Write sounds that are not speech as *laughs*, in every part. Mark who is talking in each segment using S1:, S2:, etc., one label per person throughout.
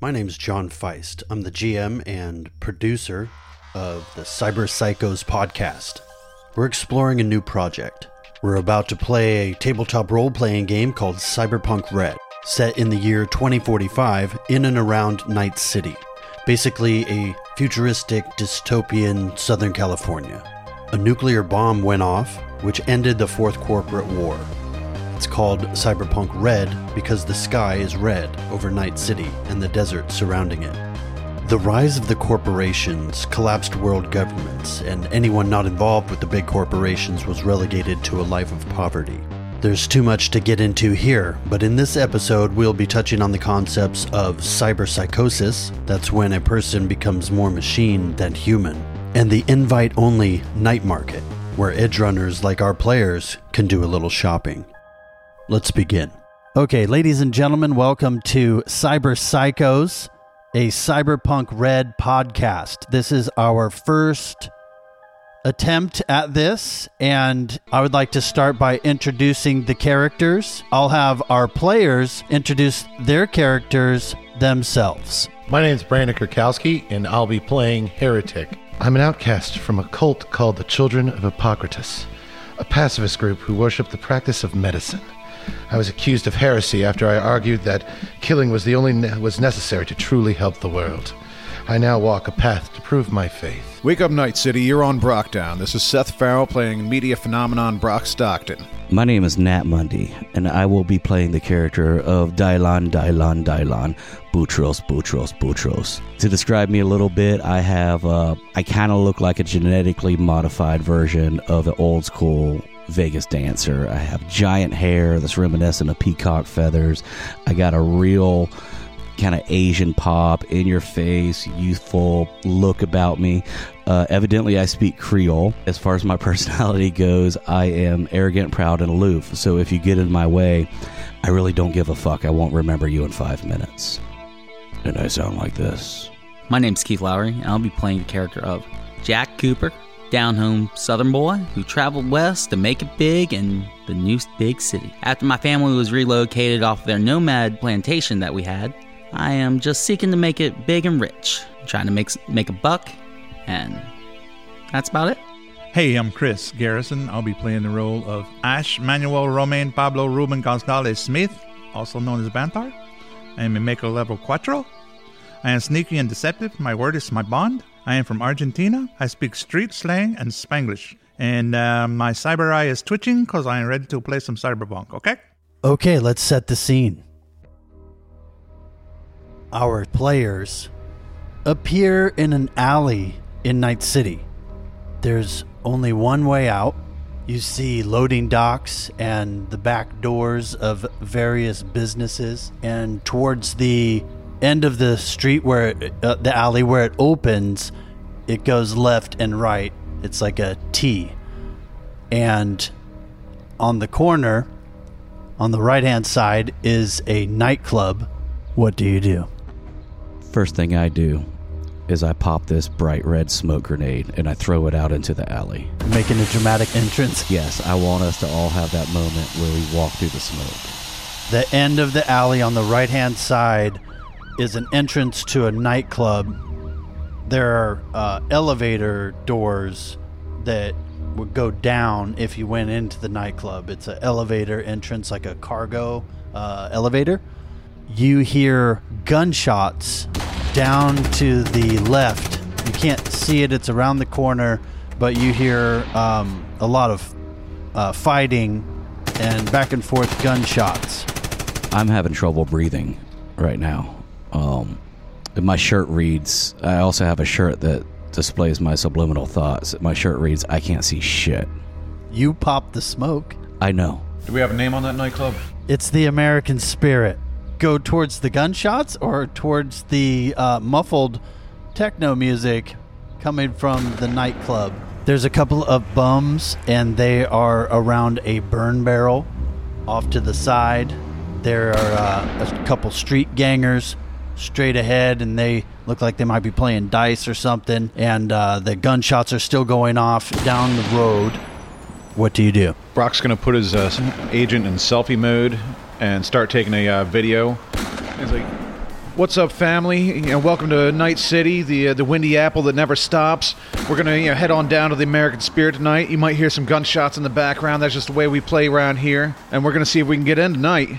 S1: My name's John Feist. I'm the GM and producer of the Cyber Psychos podcast. We're exploring a new project. We're about to play a tabletop role playing game called Cyberpunk Red, set in the year 2045 in and around Night City, basically a futuristic dystopian Southern California. A nuclear bomb went off, which ended the Fourth Corporate War. It's called Cyberpunk Red because the sky is red over Night City and the desert surrounding it. The rise of the corporations collapsed world governments, and anyone not involved with the big corporations was relegated to a life of poverty. There's too much to get into here, but in this episode, we'll be touching on the concepts of cyberpsychosis that's when a person becomes more machine than human and the invite only night market, where edge runners like our players can do a little shopping. Let's begin. Okay, ladies and gentlemen, welcome to Cyber Psychos, a Cyberpunk Red podcast. This is our first attempt at this, and I would like to start by introducing the characters. I'll have our players introduce their characters themselves.
S2: My name's Brandon Kurkowski, and I'll be playing Heretic. I'm an outcast from a cult called the Children of Hippocrates, a pacifist group who worship the practice of medicine. I was accused of heresy after I argued that killing was the only ne- was necessary to truly help the world. I now walk a path to prove my faith.
S3: Wake up, Night City. You're on Brockdown. This is Seth Farrell playing media phenomenon Brock Stockton.
S4: My name is Nat Mundy, and I will be playing the character of Dylan, Dylan, Dylan, Boutros, Boutros, Boutros. To describe me a little bit, I have, uh, I kind of look like a genetically modified version of an old school Vegas dancer. I have giant hair that's reminiscent of peacock feathers. I got a real kind of Asian pop, in your face, youthful look about me. Uh, evidently, I speak Creole. As far as my *laughs* personality goes, I am arrogant, proud, and aloof. So if you get in my way, I really don't give a fuck. I won't remember you in five minutes. And I sound like this.
S5: My name's Keith Lowry, and I'll be playing the character of Jack Cooper, down home Southern boy who traveled west to make it big in the new big city. After my family was relocated off their nomad plantation that we had, I am just seeking to make it big and rich, trying to make make a buck, and that's about it.
S6: Hey, I'm Chris Garrison. I'll be playing the role of Ash Manuel Romain Pablo Ruben Gonzalez Smith, also known as Bantar. I am a Mako level 4. I am sneaky and deceptive. My word is my bond. I am from Argentina. I speak street slang and Spanglish. And uh, my cyber eye is twitching because I am ready to play some cyberpunk, okay?
S1: Okay, let's set the scene. Our players appear in an alley in Night City. There's only one way out. You see loading docks and the back doors of various businesses, and towards the end of the street where it, uh, the alley where it opens, it goes left and right. It's like a T. And on the corner, on the right hand side, is a nightclub. What do you do?
S4: First thing I do is I pop this bright red smoke grenade and I throw it out into the alley.
S1: Making a dramatic entrance.
S4: Yes, I want us to all have that moment where we walk through the smoke.
S1: The end of the alley on the right hand side is an entrance to a nightclub. There are uh, elevator doors that would go down if you went into the nightclub. It's an elevator entrance, like a cargo uh, elevator. You hear gunshots down to the left. You can't see it, it's around the corner, but you hear um, a lot of uh, fighting and back and forth gunshots.
S4: I'm having trouble breathing right now. Um, and my shirt reads. I also have a shirt that displays my subliminal thoughts. My shirt reads, "I can't see shit."
S1: You pop the smoke.
S4: I know.
S3: Do we have a name on that nightclub?
S1: It's the American spirit. Go towards the gunshots or towards the uh, muffled techno music coming from the nightclub. There's a couple of bums, and they are around a burn barrel off to the side. There are uh, a couple street gangers straight ahead, and they look like they might be playing dice or something. And uh, the gunshots are still going off down the road. What do you do?
S3: Brock's going to put his uh, agent in selfie mode and start taking a uh, video. He's like, What's up, family? You know, welcome to Night City, the uh, the windy apple that never stops. We're gonna you know, head on down to the American Spirit tonight. You might hear some gunshots in the background. That's just the way we play around here, and we're gonna see if we can get in tonight.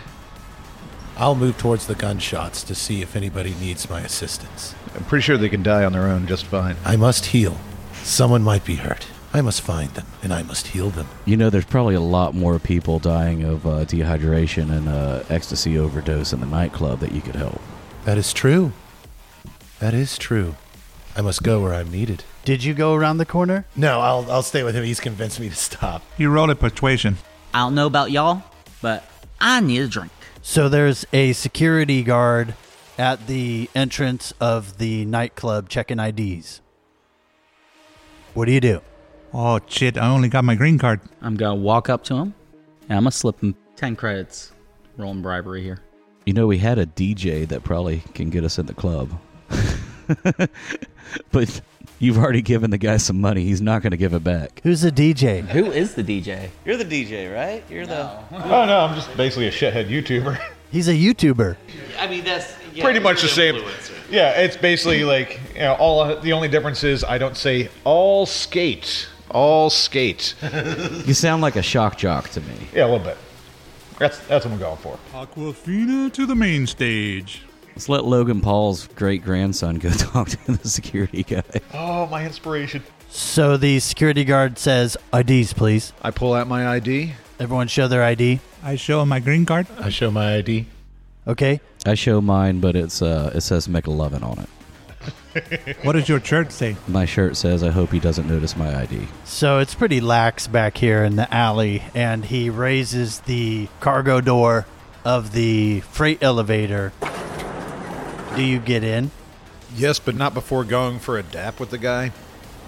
S2: I'll move towards the gunshots to see if anybody needs my assistance.
S3: I'm pretty sure they can die on their own just fine.
S2: I must heal. Someone might be hurt. I must find them, and I must heal them.
S4: You know, there's probably a lot more people dying of uh, dehydration and uh, ecstasy overdose in the nightclub that you could help.
S2: That is true. That is true. I must go where I'm needed.
S1: Did you go around the corner?
S2: No, I'll, I'll stay with him. He's convinced me to stop.
S6: You roll a persuasion.
S5: I don't know about y'all, but I need a drink.
S1: So there's a security guard at the entrance of the nightclub checking IDs. What do you do?
S6: Oh shit! I only got my green card.
S5: I'm gonna walk up to him, and I'm gonna slip him ten credits, rolling bribery here.
S4: You know, we had a DJ that probably can get us in the club. *laughs* but you've already given the guy some money. He's not going to give it back.
S1: Who's the DJ?
S5: Who is the DJ?
S7: You're the DJ, right? You're
S3: Oh no, I'm just basically a shithead YouTuber. *laughs*
S1: He's a YouTuber.
S7: the. I mean, that's yeah,
S3: pretty much the
S7: you're
S3: same.
S7: influencer.
S3: Yeah, it's basically like you know, all the only difference is I don't say all skate, all skate.
S4: You sound like a shock jock to me.
S3: Yeah, a little bit. That's that's what I'm going for.
S6: Aquafina to the main stage.
S4: Let's let Logan Paul's great grandson go *laughs* talk to the security guy.
S3: Oh, my inspiration.
S1: So the security guard says, IDs, please.
S3: I pull out my ID.
S1: Everyone show their ID.
S6: I show him my green card.
S2: I show my ID.
S1: Okay.
S4: I show mine, but it's uh, it says McLovin on it.
S6: What does your church say?
S4: My shirt says, "I hope he doesn't notice my ID."
S1: So it's pretty lax back here in the alley, and he raises the cargo door of the freight elevator. Do you get in?
S3: Yes, but not before going for a dap with the guy.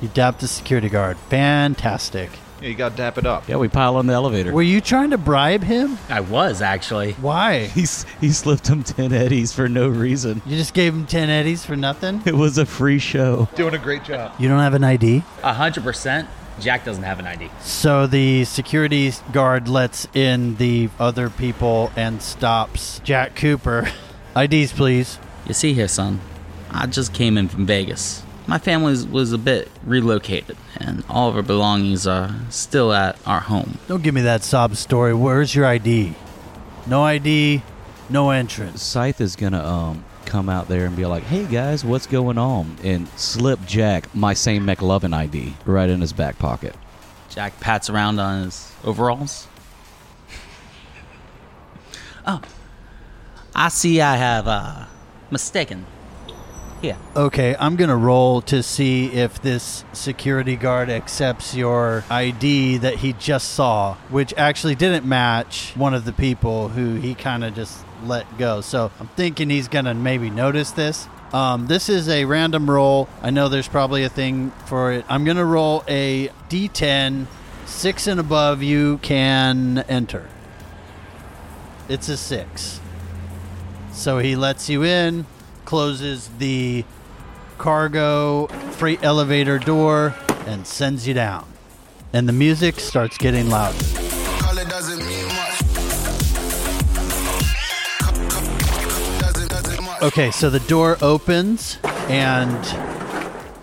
S1: You dap the security guard. Fantastic.
S3: Yeah, you got to dap it up.
S4: Yeah, we pile on the
S1: *laughs*
S4: elevator.
S1: Were you trying to bribe him?
S5: I was actually.
S1: Why?
S4: He's *laughs* he slipped him ten eddies for no reason. *laughs*
S1: You just gave him 10 eddies for nothing?
S4: It was a free show.
S3: Doing a great job.
S1: You don't have an ID?
S5: A hundred percent. Jack doesn't have an ID.
S1: So the security guard lets in the other people and stops Jack Cooper. *laughs* IDs, please.
S5: You see here, son, I just came in from Vegas. My family was- was a bit relocated, and all of our belongings are still at our home.
S1: Don't give me that sob story. Where's your ID? No ID, no entrance.
S4: Scythe is gonna um come out there and be like, "Hey guys, what's going on?" and slip Jack my same McLovin ID right in his back pocket.
S5: Jack pats around on his overalls. *laughs* oh, I see I have uh, mistaken. Here,
S1: Okay, I'm gonna roll to see if this security guard accepts your ID that he just saw, which actually didn't match one of the people who he kind of just let go. So I'm thinking he's gonna maybe notice this. Um, this is a random roll. I know there's probably a thing for it. I'm gonna roll a D10. Six and above, you can enter. It's a six. So he lets you in, closes the cargo freight elevator door, and sends you down. And the music starts getting loud.
S8: Color doesn't mean much. Doesn't doesn't much.
S1: Okay, so the door opens, and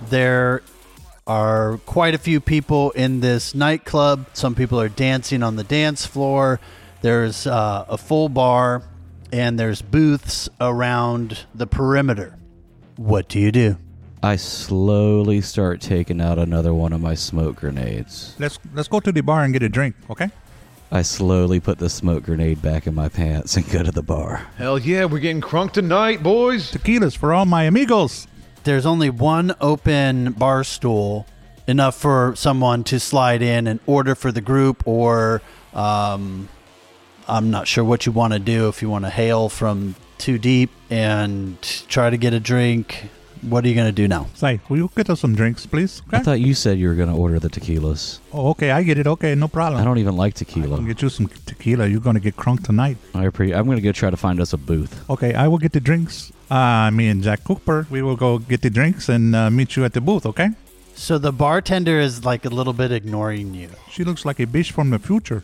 S1: there are quite a few people in this nightclub. Some people are dancing on the dance floor. There's uh, a full bar, and there's booths around the perimeter. What do you do?
S4: I slowly start taking out another one of my smoke grenades.
S6: Let's let's go to the bar and get a drink, okay?
S4: I slowly put the smoke grenade back in my pants and go to the bar.
S3: Hell yeah, we're getting crunk tonight, boys.
S6: Tequilas for all my amigos.
S1: there's only one open bar stool enough for someone to slide in and order for the group or um, i'm not sure what you want to do if you want to hail from too deep and try to get a drink what are you going to do now
S6: Say, will you get us some drinks, please?
S4: I
S6: Okay.
S4: thought you said you were going to order the tequilas.
S6: oh, okay, I get it. Okay, no problem.
S4: I don't even like
S6: I'll
S4: tequila.
S6: Oh. get you some tequila. You're gonna get crunk tonight.
S4: I appre- I'm going to go try to find us a booth.
S6: Okay, I will get the drinks. Uh, me and Jack Cooper, we will go get the drinks and uh, meet you at the booth. Okay?
S1: so the bartender is like a little bit ignoring you
S6: She looks like a bitch from the future.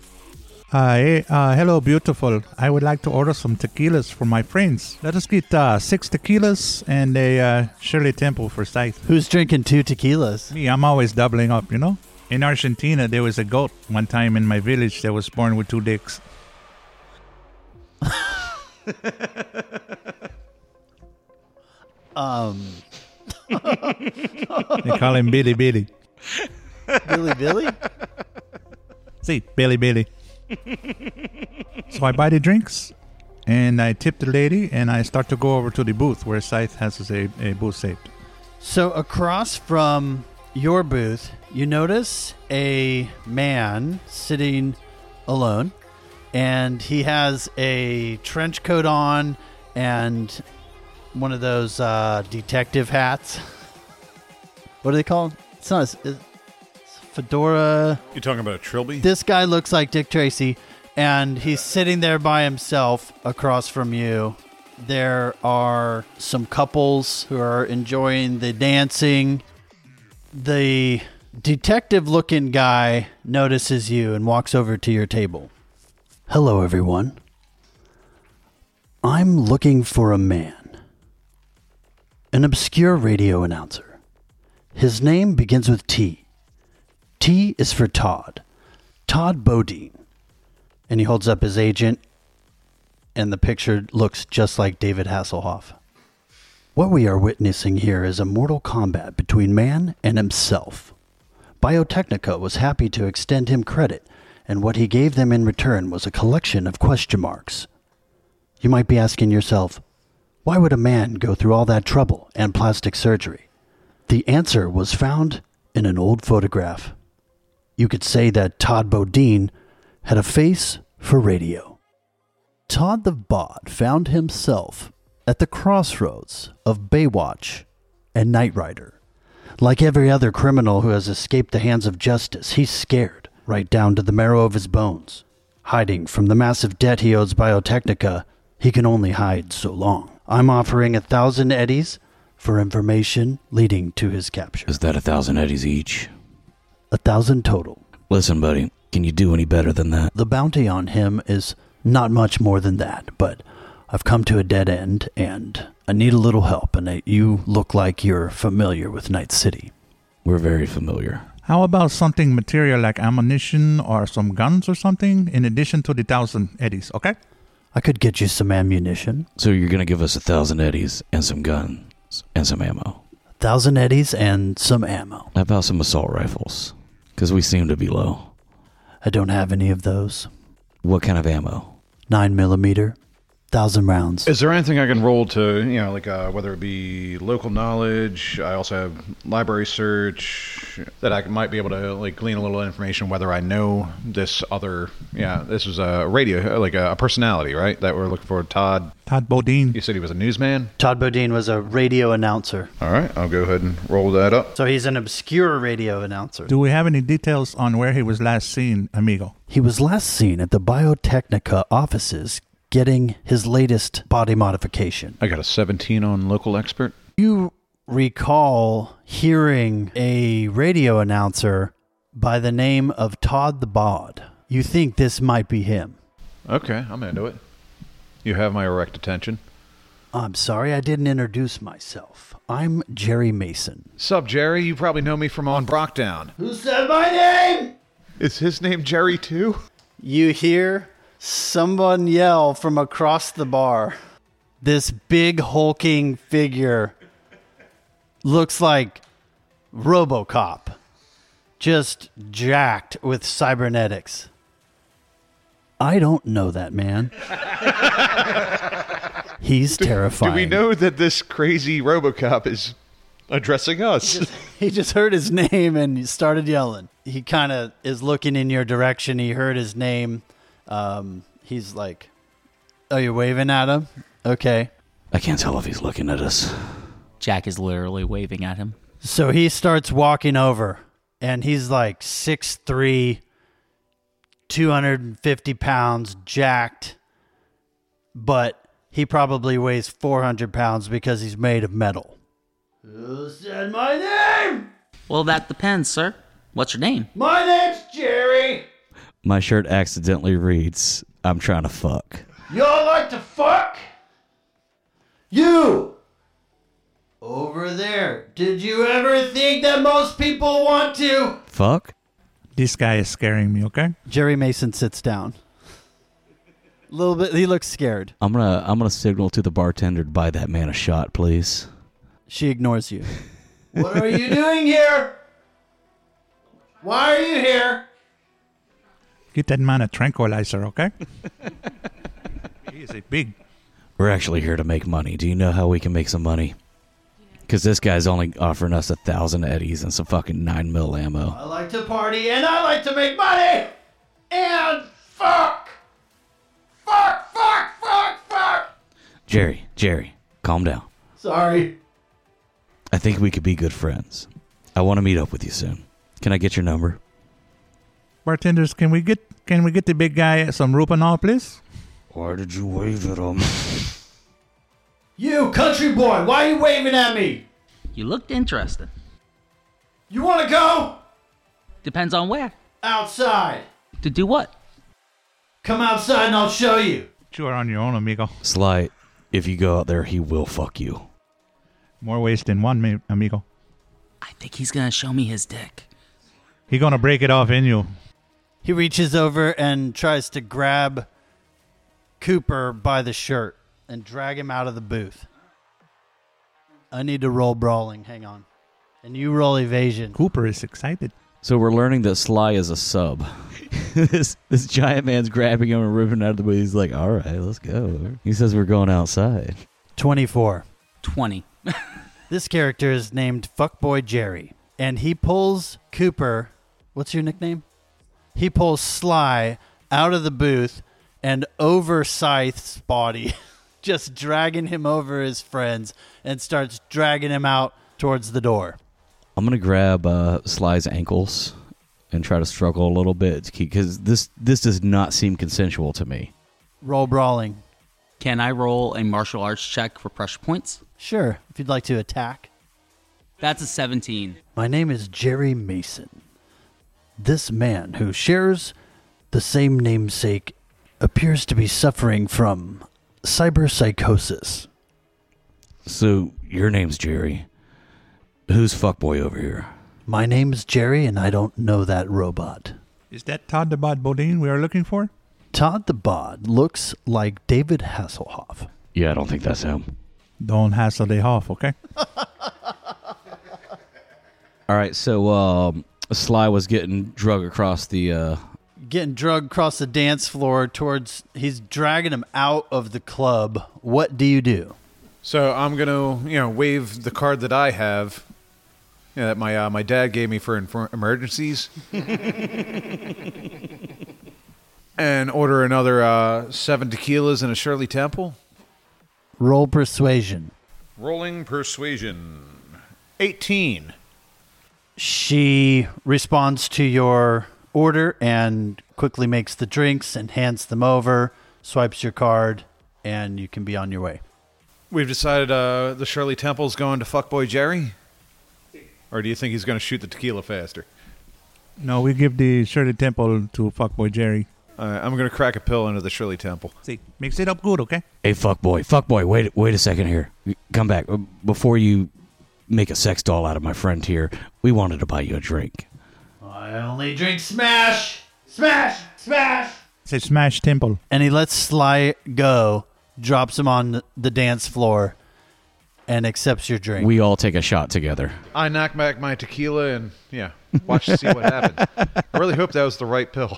S6: Uh, hey, uh, hello, beautiful. I would like to order some tequilas for my friends. Let us get uh, six tequilas and a uh, Shirley Temple for sight.
S1: Who's drinking two tequilas?
S6: Me, I'm always doubling up, you know? In Argentina, there was a goat one time in my village that was born with two dicks.
S1: Um,
S6: They call him Billy Billy.
S1: Billy Billy?
S6: See, Billy Billy. so I buy the drinks and I tip the lady and I start to go over to the booth where Scythe has a, a booth saved.
S1: So across from your booth, you notice a man sitting alone, and he has a trench coat on and one of those uh, detective hats. *laughs* What are they called? It's not a, it's a fedora.
S9: You talking about a trilby?
S1: This guy looks like Dick Tracy, and he's sitting there by himself across from you. There are some couples who are enjoying the dancing. The detective looking guy notices you and walks over to your table. Hello, everyone. I'm looking for a man, an obscure radio announcer. His name begins with T. T is for Todd. Todd Bodine. And he holds up his agent, and the picture looks just like David Hasselhoff. What we are witnessing here is a mortal combat between man and himself. Biotechnica was happy to extend him credit, and what he gave them in return was a collection of question marks. You might be asking yourself, why would a man go through all that trouble and plastic surgery? The answer was found in an old photograph you could say that Todd Bodine had a face for radio. Todd the Bot found himself at the crossroads of Baywatch and Knight Rider. Like every other criminal who has escaped the hands of justice, he's scared right down to the marrow of his bones. Hiding from the massive debt he owes Biotechnica, he can only hide so long. I'm offering a thousand eddies for information leading to his capture.
S4: Is that a thousand eddies each?
S1: A thousand total.
S4: Listen, buddy, can you do any better than that?
S1: The bounty on him is not much more than that, but I've come to a dead end and I need a little help. And I, you look like you're familiar with Night City.
S4: We're very familiar.
S6: How about something material like ammunition or some guns or something in addition to the thousand eddies, okay?
S1: I could get you some ammunition,
S4: So you're gonna give us a thousand eddies and some guns and some ammo.
S1: a thousand eddies, and some ammo.
S4: How about some assault rifles? Because we seem to be low.
S1: I don't have any of those.
S4: What kind of ammo?
S1: Nine millimeter, thousand rounds.
S3: Is there anything I can roll to, you know, like uh, whether it be local knowledge? I also have library search that I might be able to like glean a little information whether I know this other. Yeah, this is a radio, like a, personality, right? That we're looking for. Todd,
S6: Todd Bodine.
S3: you said he was a newsman.
S1: Todd Bodine was a radio announcer,
S3: All right, I'll go ahead and roll that up.
S1: so he's an obscure radio announcer.
S6: Do we have any details on where he was last seen, amigo?
S1: He was last seen at the Biotechnica offices getting his latest body modification.
S3: I got a 17 on local expert.
S1: You recall hearing a radio announcer by the name of Todd the Bod. You think this might be him.
S3: Okay, I'm into it. You have my erect attention.
S1: I'm sorry I didn't introduce myself. I'm Jerry Mason.
S3: Sup, Jerry? You probably know me from on Brockdown. Who said my name? Is his name Jerry too?
S1: You hear someone yell from across the bar. This big hulking figure looks like Robocop, just jacked with cybernetics. I don't know
S9: *laughs*
S1: that man. He's terrifying.
S9: We know that this crazy RoboCop is addressing us.
S1: *laughs* He just heard his name and he started yelling. He kind of is looking in your direction. He heard his name. Um, he's like, "Oh, you're waving at him? Okay."
S4: I can't tell if he's looking at us.
S5: Jack is literally waving at him.
S1: So he starts walking over, and he's like 6'3", 250 pounds, jacked, but he probably weighs 400 pounds because he's made of metal. Who said my name?
S5: Well, that depends, sir. What's your name?
S1: My name's Jerry.
S4: My shirt accidentally reads, I'm trying to fuck.
S10: Y'all like to fuck? You! Over there, did you ever think that most people want to?
S4: Fuck?
S6: This guy is scaring me, okay?
S1: Jerry Mason sits down. A little bit. He looks scared.
S4: I'm gonna I'm gonna signal to the bartender to buy that man a shot, please.
S1: She ignores you.
S10: What are you doing here? Why are you here?
S6: Get that man a tranquilizer, okay? *laughs* he is a big.
S4: We're actually here to make money. Do you know how we can make some money? Because this guy's only offering us a thousand eddies and some fucking nine mil ammo.
S10: I like to party and I like to make money! And fuck! Fuck, fuck, fuck, fuck!
S4: Jerry, Jerry, calm down.
S10: Sorry.
S4: I think we could be good friends. I want to meet up with you soon. Can I get your number?
S6: Bartenders, can we get can we get the big guy some Rupanol, please?
S4: Why did you wave at him?
S10: You, country boy, why are you waving at me?
S5: You looked interested.
S10: You wanna go?
S5: Depends on where.
S10: Outside.
S5: To do what?
S10: Come outside and I'll show you.
S6: You are on your own, amigo.
S4: Slight, if you go out there, he will fuck you.
S6: More ways than one, mi- amigo.
S5: I think he's gonna show me his dick.
S6: He gonna break it off in you.
S1: He reaches over and tries to grab Cooper by the shirt and drag him out of the booth. I need to roll brawling. Hang on. And you roll evasion.
S6: Cooper is excited.
S4: So we're learning that Sly is a sub. *laughs* this this giant man's grabbing him and ripping him out of the booth. He's like, "All right, let's go." He says, "We're going outside."
S1: 24.
S5: 20.
S1: This character is named Fuckboy Jerry, and he pulls Cooper. What's your nickname? He pulls Sly out of the booth and over Scythe's body, *laughs* just dragging him over his friends and starts dragging him out towards the door.
S4: I'm gonna grab uh, Sly's ankles and try to struggle a little bit because this this does not seem consensual to me.
S1: Roll brawling.
S5: Can I roll a martial arts check for pressure points?
S1: Sure, if you'd like to attack.
S5: That's a 17.
S1: My name is Jerry Mason. This man who shares the same namesake appears to be suffering from cyberpsychosis.
S4: So your name's Jerry. Who's fuckboy over here?
S1: My name's Jerry, and I don't know that robot.
S6: Is that Todd the Bod Bodine we are looking for?
S1: Todd the Bod looks like David Hasselhoff.
S4: Yeah, I don't think that's him.
S6: Don't hassle the off, okay?
S4: All right, so um, Sly was getting drug across the. Uh,
S1: Getting drugged across the dance floor towards. He's dragging him out of the club. What do you do?
S3: *laughs* So I'm gonna, you know, wave the card that I have, you know, that my uh, my dad gave me for
S9: *laughs*
S3: infor- emergencies, and order another uh, seven tequilas and a Shirley Temple.
S1: Roll persuasion.
S9: Rolling persuasion.
S3: Eighteen.
S1: She responds to your order and quickly makes the drinks and hands them over, swipes your card, and you can be on your way.
S3: We've decided uh, the Shirley Temple's going to fuckboy Jerry, or do you think he's gonna shoot the tequila faster?
S6: No, we give the Shirley Temple to fuckboy Jerry.
S3: Uh, I'm gonna crack a pill into the Shirley Temple.
S6: See, mix it up good, okay?
S4: hey, fuckboy, fuckboy, wait, wait a second here. Come back Uh, before you make a sex doll out of my friend here. We wanted to buy you a drink.
S10: I only drink smash! Smash! Smash!
S6: Say smash Temple.
S1: and he lets Sly go, drops him on the dance floor, and accepts your drink.
S4: We all take a shot together.
S3: I knock back my tequila and yeah, watch to see what happens. I really hope that was the right pill.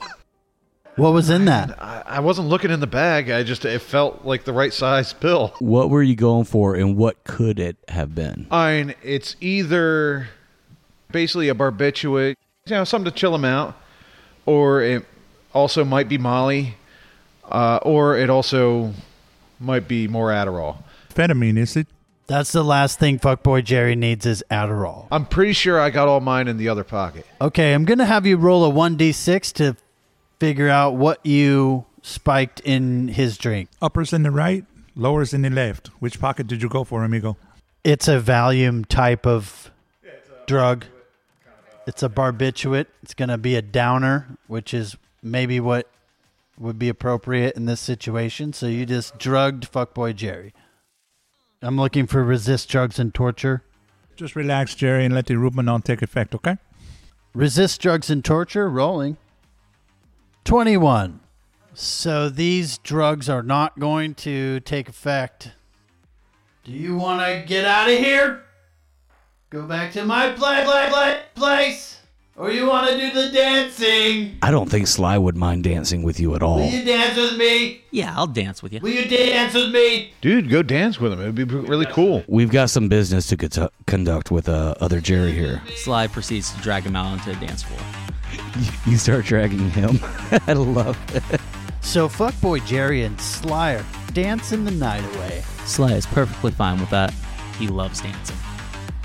S1: what was in that?
S3: I, I wasn't looking in the bag. I just it felt like the right size pill.
S4: What were you going for, and what could it have been?
S3: I mean, it's either basically a barbiturate, you know, something to chill him out, or it also might be Molly, uh, or it also might be more Adderall.
S6: Amphetamine, is it?
S1: That's the last thing fuckboy Jerry needs is Adderall.
S3: I'm pretty sure I got all mine in the other pocket.
S1: Okay, I'm gonna have you roll a one d six to figure out what you spiked in his drink.
S6: Uppers in the right, lowers in the left. Which pocket did you go for, amigo?
S1: It's a Valium type of drug. It's a barbiturate. It's gonna be a downer, which is maybe what would be appropriate in this situation. So you just drugged fuckboy Jerry. I'm looking for resist drugs and torture.
S6: Just relax, Jerry, and let the Rubinon take effect, okay?
S1: Resist drugs and torture rolling. 21. So these drugs are not going to take effect. Do you want to get out of here? Go back to my play, play, play, place? Or you want to do the dancing?
S4: I don't think Sly would mind dancing with you at all.
S1: Will you dance with me?
S5: Yeah, I'll dance with you.
S1: Will you dance with me?
S3: Dude, go dance with him. It'd be really cool.
S4: We've got some business to contu- conduct with uh, other Jerry here.
S5: Sly proceeds to drag him out onto the dance floor.
S4: You start dragging him. *laughs* I love it.
S1: So fuckboy Jerry and Sly are dancing the night away.
S5: Sly is perfectly fine with that. He loves dancing.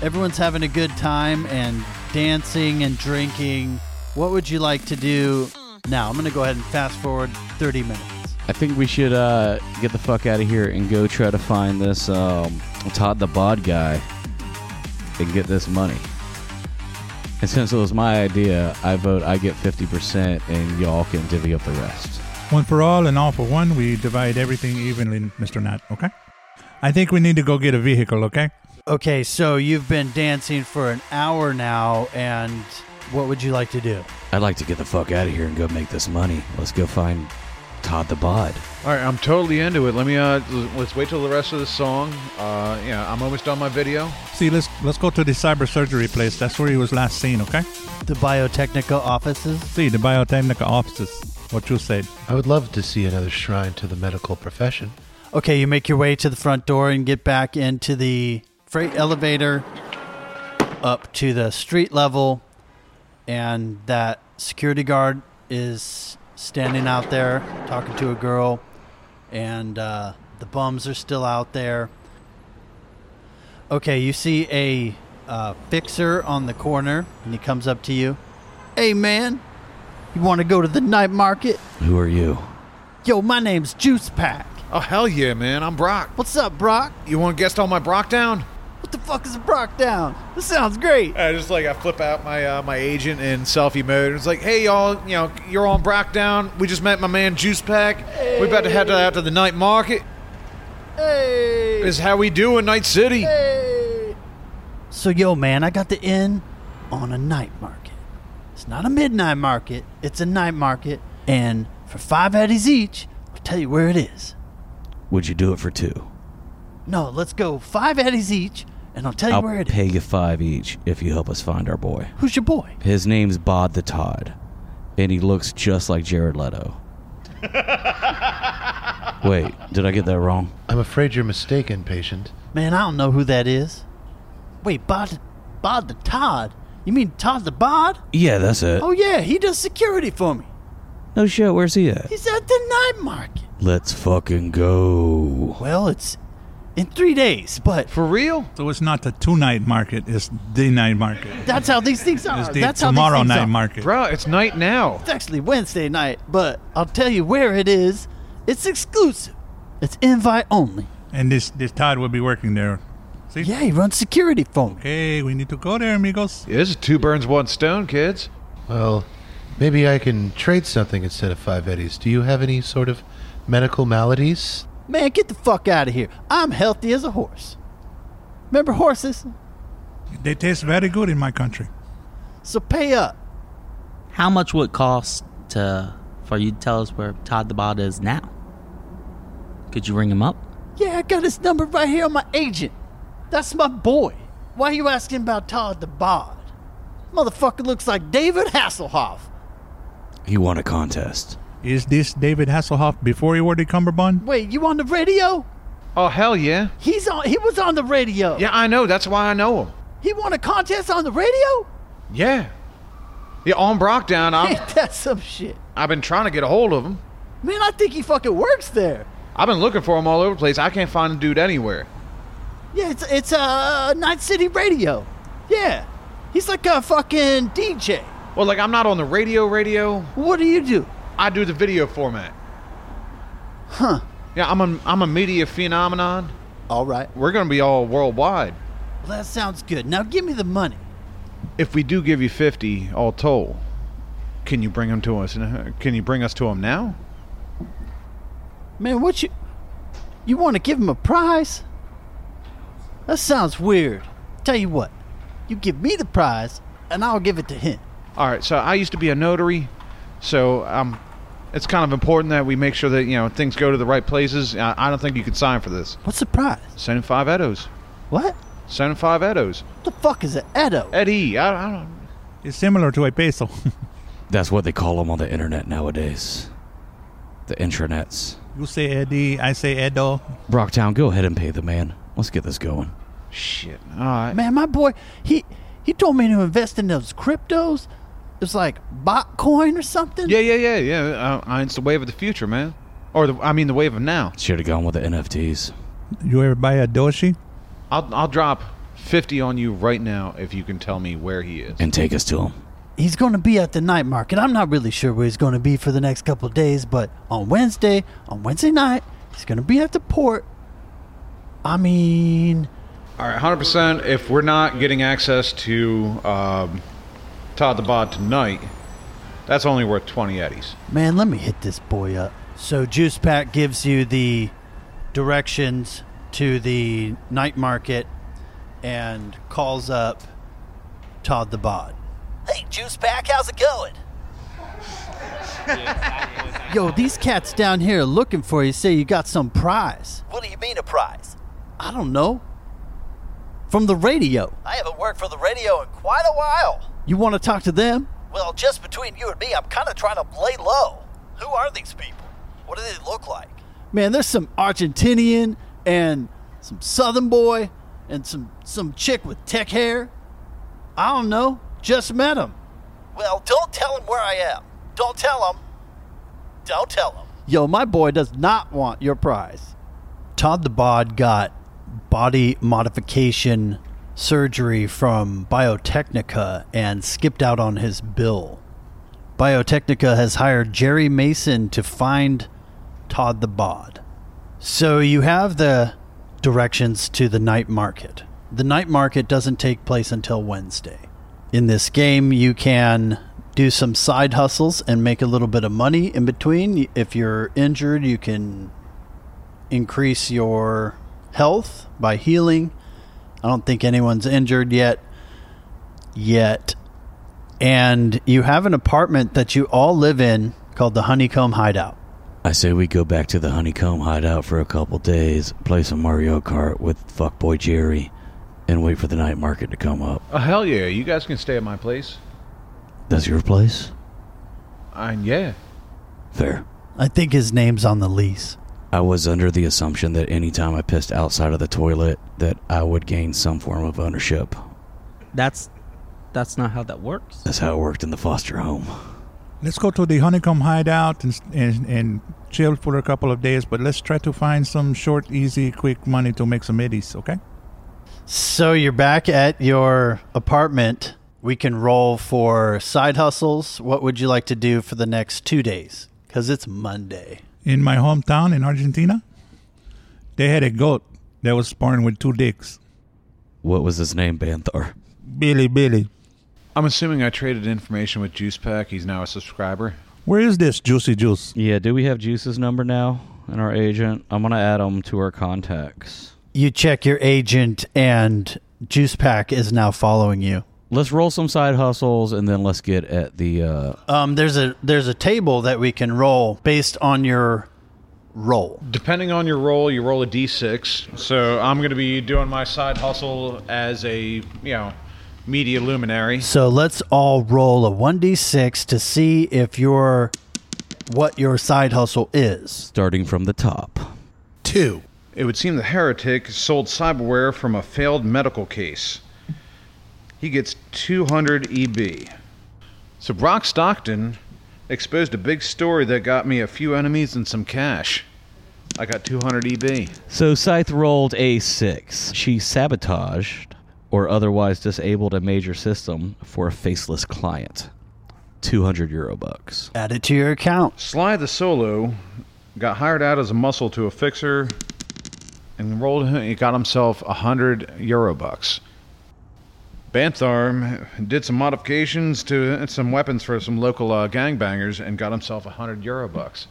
S1: Everyone's having a good time and dancing and drinking. What would you like to do now? I'm going to go ahead and fast forward 30 minutes.
S4: I think we should uh, get the fuck out of here and go try to find this um, Todd the Bod guy and get this money. And since it was my idea, I vote I get 50% and y'all can divvy up the rest.
S6: One for all and all for one. We divide everything evenly, Mr. Nat, okay? I think we need to go get a vehicle, okay?
S1: Okay, so you've been dancing for an hour now, and what would you like to do?
S4: I'd like to get the fuck out of here and go make this money. Let's go find Todd the Bod.
S3: All right, I'm totally into it. Let me uh, l- let's wait till the rest of the song. Uh, yeah, I'm almost done my video.
S6: See, let's let's go to the cyber surgery place. That's where he was last seen, okay?
S1: The biotechnical offices?
S6: See, the biotechnical offices. What you said.
S2: I would love to see another shrine to the medical profession.
S1: Okay, you make your way to the front door and get back into the freight elevator up to the street level, and that security guard is standing out there talking to a girl, and uh, the bums are still out there. Okay, you see a uh, fixer on the corner, and he comes up to you. Hey, man, you want to go to the night market?
S4: Who are you?
S1: Yo, my name's Juice Pack.
S3: Oh hell yeah, man! I'm Brock.
S1: What's up, Brock?
S3: You want to guest all my Brock down?
S1: What the fuck is a Brock down? This sounds great.
S3: I just like I flip out my uh, my agent in selfie mode. And it's like, hey y'all, you know, you're on Brockdown. We just met my man Juice Pack. We about to head out to the night market.
S1: Hey,
S3: Is how we do in Night City.
S1: hey. So, yo, man, I got the inn on a night market. It's not a midnight market, it's a night market. And for five eddies each, I'll tell you where it is.
S4: Would you do it for two?
S1: No, let's go five eddies each, and I'll tell you
S4: I'll
S1: where it is.
S4: pay you five each if you help us find our boy.
S1: Who's your boy?
S4: His name's Bod the Todd, and he looks just like Jared Leto. Wait, did I get that wrong?
S2: I'm afraid you're mistaken, patient.
S1: Man, I don't know who that is. Wait, Bod, Bod the Todd? You mean Todd the Bod?
S4: Yeah, that's it.
S1: Oh, yeah, he does security for me.
S4: No shit, where's he at?
S1: He's at the night market.
S4: Let's fucking go.
S1: Well, it's in three days, but
S3: For real?
S6: So it's not the two night market, it's the night market.
S1: that's how these things are.
S6: It's the
S1: Ah, that's how these
S6: tomorrow
S1: things
S6: night
S1: are.
S6: market.
S3: Bro, it's night now.
S1: It's actually Wednesday night, but I'll tell you where it is. It's exclusive. It's invite only.
S6: And this this Todd will be working there. See?
S1: Yeah, he runs security for me.
S6: Hey, we need to go there, amigos.
S3: Yeah, this is two burns, one stone, kids.
S2: Well, maybe I can trade something instead of five eddies. Do you have any sort of medical maladies?
S1: Man, get the fuck out of here. I'm healthy as a horse. Remember horses?
S6: They taste very good in my country.
S1: So pay up.
S5: How much would it cost to for you to tell us where Todd the Bod is now? Could you ring him up?
S1: Yeah, I got his number right here on my agent. That's my boy. Why you asking about Todd the Bod? Motherfucker looks like David Hasselhoff.
S4: He won a contest.
S6: Is this David Hasselhoff before he wore the cummerbund?
S1: Wait, you on the radio?
S3: Oh hell yeah.
S1: He's on. He was on the radio.
S3: Yeah, I know. That's why I know him.
S1: He won a contest on the radio.
S3: Yeah. Yeah, on Brockdown. I'm,
S1: Ain't that some shit?
S3: I've been trying to get a hold of him.
S1: Man, I think he fucking works there.
S3: I've been looking for him all over the place. I can't find the dude anywhere.
S1: Yeah, it's it's uh Night City Radio. Yeah, he's like a fucking DJ.
S3: Well, like I'm not on the radio. Radio.
S1: What do you do?
S3: I do the video format.
S1: Huh?
S3: Yeah, I'm a I'm a media phenomenon.
S1: All right.
S3: We're gonna be all worldwide.
S1: Well, that sounds good. Now give me the money.
S3: If we do give you fifty all toll, Can you bring him to us? n- Can you bring us to him now?
S1: Man, what you. You want to give him a prize? That sounds weird. Tell you what, you give me the prize, and I'll give it to him.
S3: All right. So I used to be a notary, so um, it's kind of important that we make sure that you know things go to the right places. I, I don't think you could sign for this.
S1: What's the prize?
S3: Seventy-five Edos.
S1: What?
S3: Seventy-five Edos.
S1: The fuck is an Edo?
S3: Eddie, I, I don't.
S6: It's similar to a peso. *laughs*
S4: That's what they call them on the internet nowadays. The intranets.
S6: you say Eddie, I say Edo.
S4: Brocktown, go ahead and pay the man. Let's get this going.
S3: Shit. All right.
S1: Man, my boy, he he told me to invest in those cryptos. It's like Bitcoin or something.
S3: Yeah, yeah, yeah, yeah. Uh, uh, it's the wave of the future, man. Or the, I mean, the wave of now.
S4: Should have gone with the NFTs.
S6: You ever buy a doshi?
S3: I'll I'll drop fifty on you right now if you can tell me where he is.
S4: And take us to him.
S1: He's going to be at the night market. I'm not really sure where he's going to be for the next couple of days, but on Wednesday, on Wednesday night, he's going to be at the port. I mean,
S3: All right, hundred percent. If we're not getting access to um, Todd the Bod tonight, that's only worth twenty eddies.
S1: Man, let me hit this boy up. So Juice Pack gives you the directions to the night market and calls up Todd the Bod. Hey, Juice Pack, how's it going? Yo, these cats down here are looking for you. Say you got some prize. What do you mean a prize? I don't know. From the radio. I haven't worked for the radio in quite a while. You want to talk to them? Well, just between you and me, I'm kind of trying to lay low. Who are these people? What do they look like? Man, there's some Argentinian and some Southern boy and some some chick with tech hair. I don't know. Just met him. Well, don't tell him where I am. Don't tell him. Don't tell him. Yo, my boy does not want your prize. Todd the Bod got body modification surgery from Biotechnica and skipped out on his bill. Biotechnica has hired Jerry Mason to find Todd the Bod. So you have the directions to the night market. The night market doesn't take place until Wednesday. In this game, you can do some side hustles and make a little bit of money in between. If you're injured, you can increase your health by healing. I don't think anyone's injured yet. Yet. And you have an apartment that you all live in called the Honeycomb Hideout.
S4: I say we go back to the honeycomb hideout for a couple days, play some Mario Kart with fuckboy Jerry, and wait for the night market to come up.
S3: Oh hell yeah! You guys can stay at my place.
S4: That's your place?
S3: And yeah,
S4: Fair.
S1: I think his name's on the lease.
S4: I was under the assumption that any time I pissed outside of the toilet that I would gain some form of ownership.
S5: That's that's not how that works.
S4: That's how it worked in the foster home.
S6: Let's go to the honeycomb hideout and, and and chill for a couple of days. But let's try to find some short, easy, quick money to make some eddies. Okay?
S1: So you're back at your apartment. We can roll for side hustles. What would you like to do for the next two days? Because it's Monday.
S6: In my hometown in Argentina, they had a goat that was born with two dicks.
S4: What was his name, Banthar?
S6: Billy, Billy.
S3: I'm assuming I traded information with Juice Pack. He's now a subscriber.
S6: Where is this juicy juice?
S4: Yeah, do we have Juice's number now and our agent? I'm going to add them to our contacts.
S1: You check your agent, and Juice Pack is now following you.
S4: Let's roll some side hustles and then let's get at the. Uh,
S1: Um, there's a there's a table that we can roll based on your roll.
S3: Depending on your roll, you roll a d6. So I'm going to be doing my side hustle as a you know media luminary.
S1: So let's all roll a one d six to see if your what your side hustle is.
S4: starting from the top.
S2: Two.
S3: It would seem the heretic sold cyberware from a failed medical case. He gets 200 EB. So Brock Stockton exposed a big story that got me a few enemies and some cash. I got E 200 EB.
S4: So Scythe rolled a six. She sabotaged or otherwise disabled a major system for a faceless client. 200 euro bucks.
S1: Add it to your account.
S3: Sly the Solo got hired out as a muscle to a fixer and rolled he got himself 100 euro bucks. Banthar did some modifications to some weapons for some local uh, gangbangers and got himself a hundred euro bucks.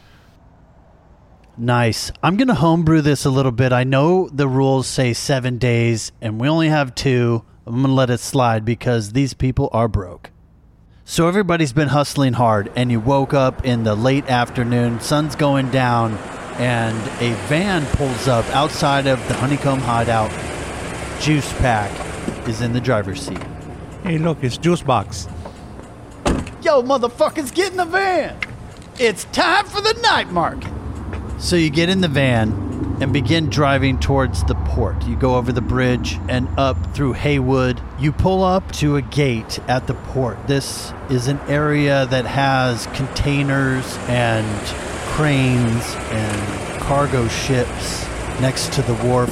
S1: Nice. I'm going to homebrew this a little bit. I know the rules say seven days, and we only have two. I'm going to let it slide because these people are broke. So everybody's been hustling hard, and you woke up in the late afternoon, sun's going down, and a van pulls up outside of the honeycomb hideout. Juice Pack is in the driver's seat.
S6: Hey, look, it's Juice Box.
S1: Yo, motherfuckers, get in the van! It's time for the night market! So you get in the van and begin driving towards the port. You go over the bridge and up through Haywood. You pull up to a gate at the port. This is an area that has containers and cranes and cargo ships next to the wharf.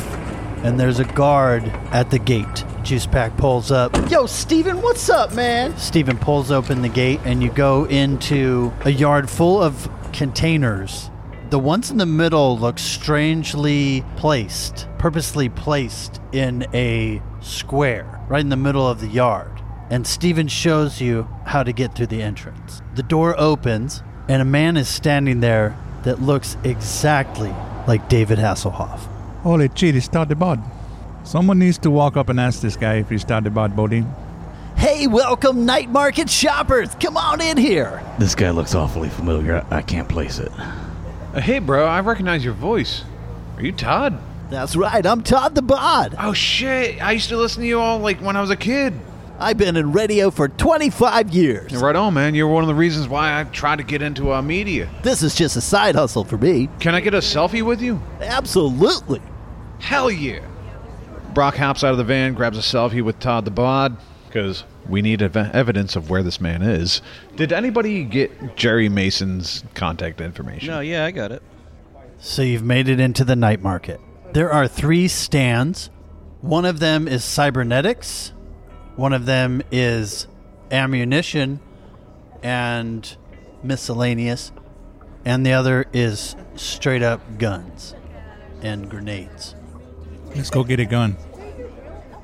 S1: And there's a guard at the gate. Juice Pack pulls up. Yo, Steven, what's up, man? Steven pulls open the gate and you go into a yard full of containers the ones in the middle look strangely placed, purposely placed in a square, right in the middle of the yard. And Steven shows you how to get through the entrance. The door opens, and a man is standing there that looks exactly like David Hasselhoff.
S6: Holy shit, it's Todd the Bod. Someone needs to walk up and ask this guy if he's Todd the Bod, Bodie.
S1: Hey, welcome, night market shoppers! Come on in here!
S4: This guy looks awfully familiar. I, I can't place it.
S3: Uh, hey, bro, I recognize your voice. Are you Todd?
S1: That's right, I'm Todd the Bod.
S3: Oh shit! I used to listen to you all like when I was a kid.
S1: I've been in radio for 25 years.
S3: Yeah, Right on, man. You're one of the reasons why I tried to get into uh, media.
S1: This is just a side hustle for me.
S3: Can I get a selfie with you?
S1: Absolutely.
S3: Hell yeah! Brock hops out of the van, grabs a selfie with Todd the Bod, because we need ev- evidence of where this man is. Did anybody get Jerry Mason's contact information?
S11: No, yeah, I got it.
S1: So you've made it into the night market. There are three stands. One of them is cybernetics, one of them is ammunition and miscellaneous, and the other is straight up guns and grenades.
S6: Let's go get a gun.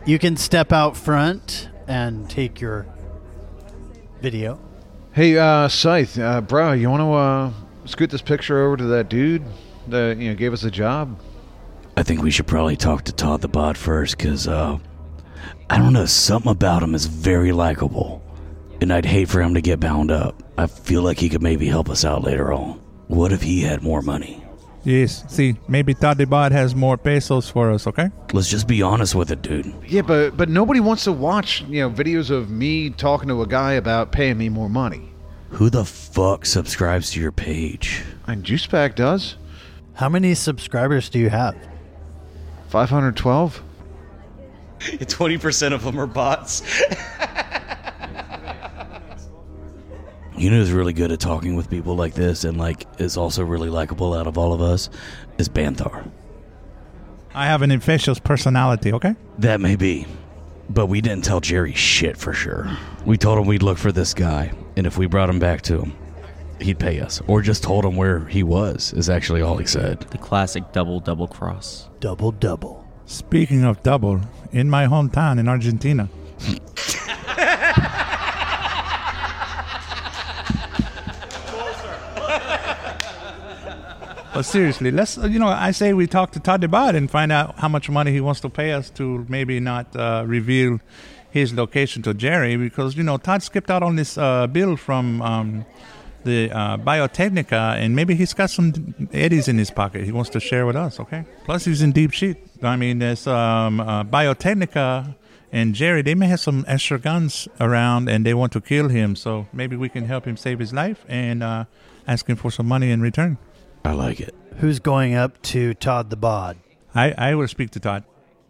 S1: You can step out front and take your video.
S3: Hey, uh, Scythe, uh, bro, you want to uh, scoot this picture over to that dude that you know gave us a job?
S4: I think we should probably talk to Todd the Bod first, because, uh, I don't know, something about him is very likable. And I'd hate for him to get bound up. I feel like he could maybe help us out later on. What if he had more money?
S6: Yes, see, maybe Todd the Bod has more pesos for us, okay?
S4: Let's just be honest with it, dude.
S3: Yeah, but but nobody wants to watch you know videos of me talking to a guy about paying me more money.
S4: Who the fuck subscribes to your page?
S3: And Juice Pack does.
S1: How many subscribers do you have?
S3: 512?
S11: *laughs* 20% of them are bots.
S4: *laughs* You know who's really good at talking with people like this and like is also really likable out of all of us is Banthar.
S6: I have an infectious personality, okay?
S4: That may be. But we didn't tell Jerry shit for sure. We told him we'd look for this guy, and if we brought him back to him, he'd pay us. Or just told him where he was, is actually all he said.
S5: The classic double double cross.
S1: Double, double.
S6: Speaking of double, in my hometown in Argentina, But seriously, let's uh, you know I say we talk to Todd about it and find out how much money he wants to pay us to maybe not uh, reveal his location to Jerry because you know Todd skipped out on this uh, bill from um, the uh, Biotechnica and maybe he's got some eddies in his pocket he wants to share with us. Okay, plus he's in deep shit. I mean, there's um, uh, Biotechnica. And Jerry, they may have some extra guns around, and they want to kill him. So maybe we can help him save his life and uh, ask him for some money in return.
S4: I like it.
S1: Who's going up to Todd the Bod?
S6: I, I will speak to Todd.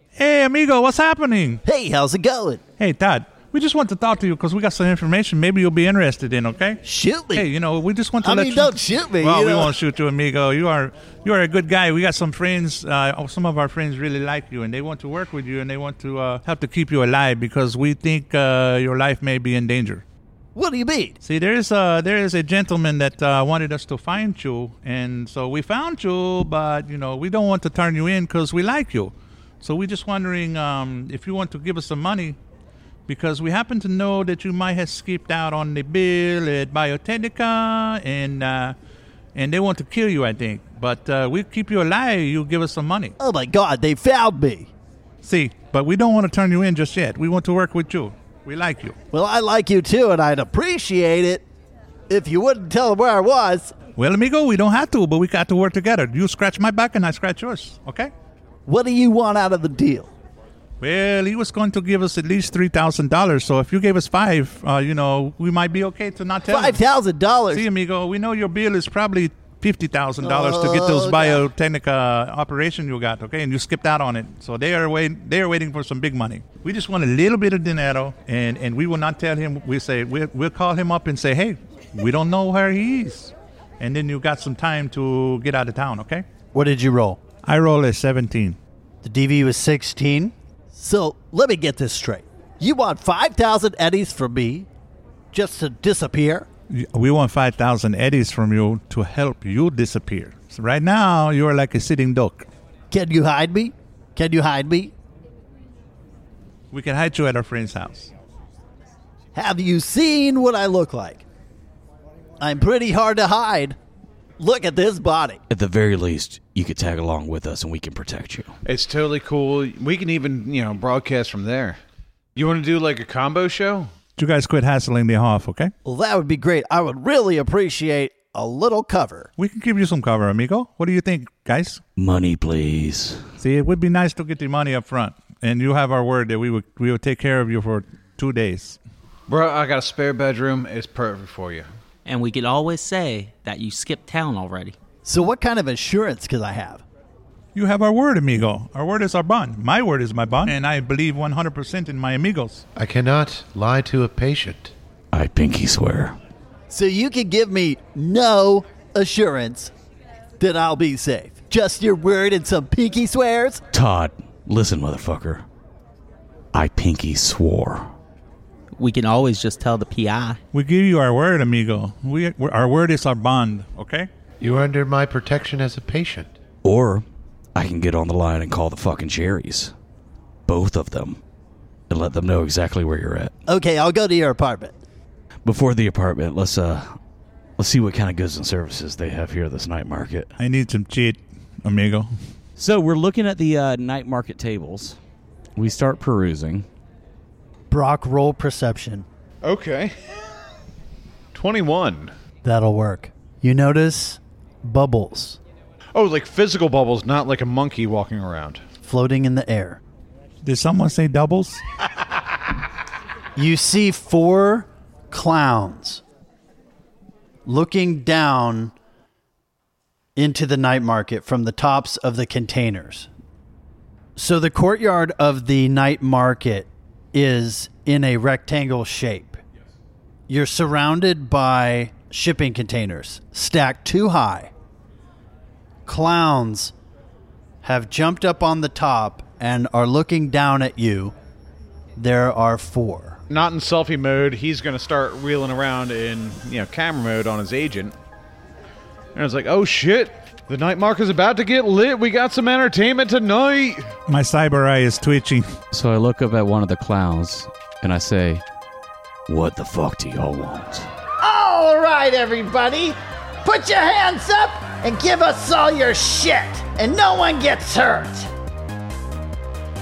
S6: Hey, amigo, what's happening?
S1: Hey, how's it going?
S6: Hey, Todd, we just want to talk to you because we got some information maybe you'll be interested in, okay?
S1: Shoot me.
S6: Hey, you know, we just want to
S1: I
S6: let
S1: mean,
S6: you...
S1: don't shoot me,
S6: Well,
S1: you
S6: we
S1: know.
S6: won't shoot you, amigo. You are you are a good guy. We got some friends. Uh, oh, some of our friends really like you, and they want to work with you, and they want to uh, help to keep you alive because we think uh, your life may be in danger.
S1: What do you mean?
S6: See, there is a there is a gentleman that uh, wanted us to find you, and so we found you, but you know we don't want to turn you in because we like you. So we're just wondering um, if you want to give us some money because we happen to know that you might have skipped out on the bill at Biotechnica, and uh, and they want to kill you, I think. But uh, we keep you alive. You give us some money.
S12: Oh my God, they found me.
S6: See, but we don't want to turn you in just yet. We want to work with you. We like you.
S12: Well, I like you too, and I'd appreciate it if you wouldn't tell them where I was.
S6: Well, amigo, we don't have to, but we got to work together. You scratch my back, and I scratch yours. Okay?
S12: What do you want out of the deal?
S6: Well, he was going to give us at least three thousand dollars. So if you gave us five, uh, you know, we might be okay to not tell. him.
S12: Five thousand dollars.
S6: See, amigo, we know your bill is probably fifty thousand dollars to get
S12: Oh,
S6: those biotechnica uh, operation you got, okay? And you skipped out on it, so they are waiting. They are waiting for some big money. We just want a little bit of dinero, and and we will not tell him. We say we'll, we'll call him up and say, hey, we don't know where he is, and then you got some time to get out of town, okay?
S10: What did you roll?
S6: I roll a seventeen.
S10: The DV was 16.
S12: So let me get this straight. You want five thousand eddies from me just to disappear?
S6: We want 5,000 eddies from you to help you disappear. So right now, you are like a sitting duck.
S12: Can you hide me? Can you hide me?
S6: We can hide you at our friend's house.
S12: Have you seen what I look like? I'm pretty hard to hide. Look at this body.
S4: At the very least, you could tag along with us and we can protect you.
S3: It's totally cool. We can even, you know, broadcast from there. You want to do like a combo show?
S6: You guys quit hassling the off, okay?
S12: Well, that would be great. I would really appreciate a little cover.
S6: We can give you some cover, amigo. What do you think, guys?
S4: Money, please.
S6: See, it would be nice to get the money up front, and you have our word that we would we would take care of you for two days.
S3: Bro, I got a spare bedroom. It's perfect for you.
S5: And we could always say that you skipped town already.
S12: So, what kind of insurance could I have?
S6: You have our word, amigo. Our word is our bond. My word is my bond, and I believe 100% in my amigos.
S2: I cannot lie to a patient.
S4: I pinky swear.
S12: So, you can give me no assurance that I'll be safe. Just your word and some pinky swears?
S4: Todd, listen, motherfucker. I pinky swore.
S5: We can always just tell the PI.
S6: We give you our word, amigo. We, we our word is our bond, okay?
S2: You are under my protection as a patient.
S4: Or I can get on the line and call the fucking cherries. Both of them. And let them know exactly where you're at.
S12: Okay, I'll go to your apartment.
S4: Before the apartment, let's uh let's see what kind of goods and services they have here at this night market.
S6: I need some cheat, amigo.
S4: So we're looking at the uh, night market tables. We start perusing.
S1: Brock, roll perception.
S9: *laughs* Okay. 21.
S1: That'll work. You notice bubbles
S9: Oh, like physical bubbles, not like a monkey walking around.
S1: floating in the air.
S6: Did someone say doubles?
S1: You see four clowns looking down into the night market from the tops of the containers. So the courtyard of the night market is in a rectangle shape. You're surrounded by shipping containers stacked too high. Clowns have jumped up on the top and are looking down at you. There are four.
S9: Not in selfie mode. He's going to start wheeling around in, you know, camera mode on his agent. And it's like, oh shit, the night market's about to get lit. We got some entertainment tonight.
S6: My cyber eye is twitching.
S4: So I look up at one of the clowns and I say, What the fuck do y'all want?
S12: All right, everybody, put your hands up and give us all your shit, and no one gets hurt.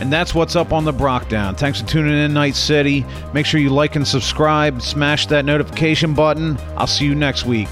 S9: And that's what's up on the Brockdown. Thanks for tuning in, Night City. Make sure you like and subscribe, smash that notification button. I'll see you next week.